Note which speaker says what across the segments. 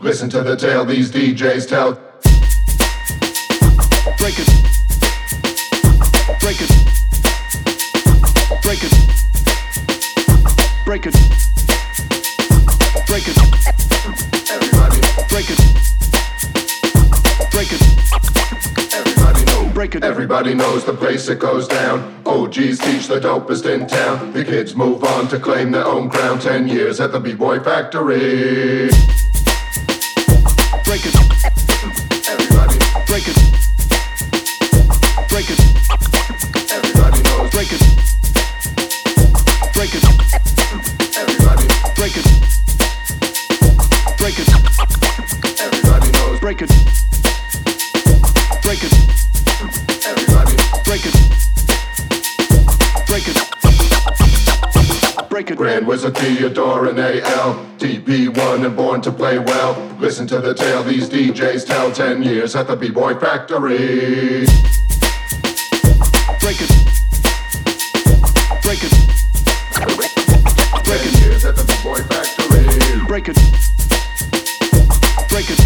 Speaker 1: Listen to the tale these DJs tell.
Speaker 2: Break it. Break it. Break it. Break it. Break it.
Speaker 1: Everybody,
Speaker 2: Break it. Break it.
Speaker 1: everybody knows.
Speaker 2: Break it.
Speaker 1: Everybody knows the place it goes down. OGs teach the dopest in town. The kids move on to claim their own crown. Ten years at the B-Boy Factory.
Speaker 2: Break it.
Speaker 1: Everybody,
Speaker 2: Break it. Break it.
Speaker 1: everybody knows.
Speaker 2: Break it. Break it.
Speaker 1: Everybody,
Speaker 2: Break it. Break it.
Speaker 1: everybody knows.
Speaker 2: Break it. Break it.
Speaker 1: Everybody,
Speaker 2: Break it. Break it. Break it.
Speaker 1: Grand Wizard Theodore and AL. TP1 and born to play well. Listen to the tale these DJs tell. Ten years at the B-Boy Factory.
Speaker 2: Break it. Break it. Break
Speaker 1: Ten
Speaker 2: it.
Speaker 1: years at the B-Boy Factory.
Speaker 2: Break it. Break it.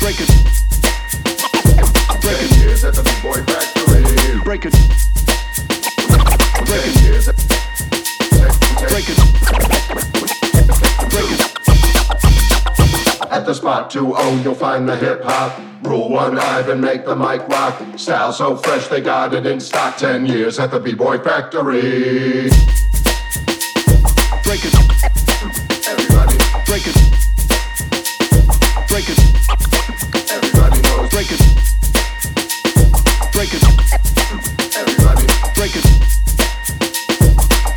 Speaker 2: Break it. Break it.
Speaker 1: Ten years at the B-Boy Factory.
Speaker 2: Break it.
Speaker 1: Ten years at-
Speaker 2: Break it. Break it.
Speaker 1: At the spot to own, you'll find the hip hop. Rule one, Ivan, make the mic rock. Style so fresh, they got it in stock. Ten years at the B-Boy Factory.
Speaker 2: Break it.
Speaker 1: Everybody,
Speaker 2: Break it. Break it.
Speaker 1: everybody knows.
Speaker 2: Break it. Break it.
Speaker 1: Everybody, everybody knows.
Speaker 2: Break it. Break it. Break it.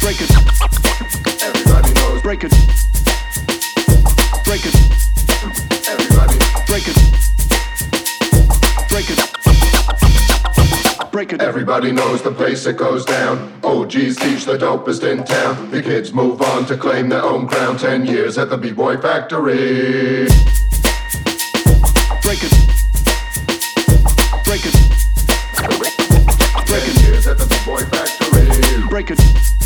Speaker 2: Break it.
Speaker 1: Everybody,
Speaker 2: Break it. Break it. Break it.
Speaker 1: everybody knows the place it goes down. OGs teach the dopest in town. The kids move on to claim their own crown. Ten years at the B-Boy Factory.
Speaker 2: Break it. Break it.
Speaker 1: Ten years at the B-Boy Factory.
Speaker 2: Break it.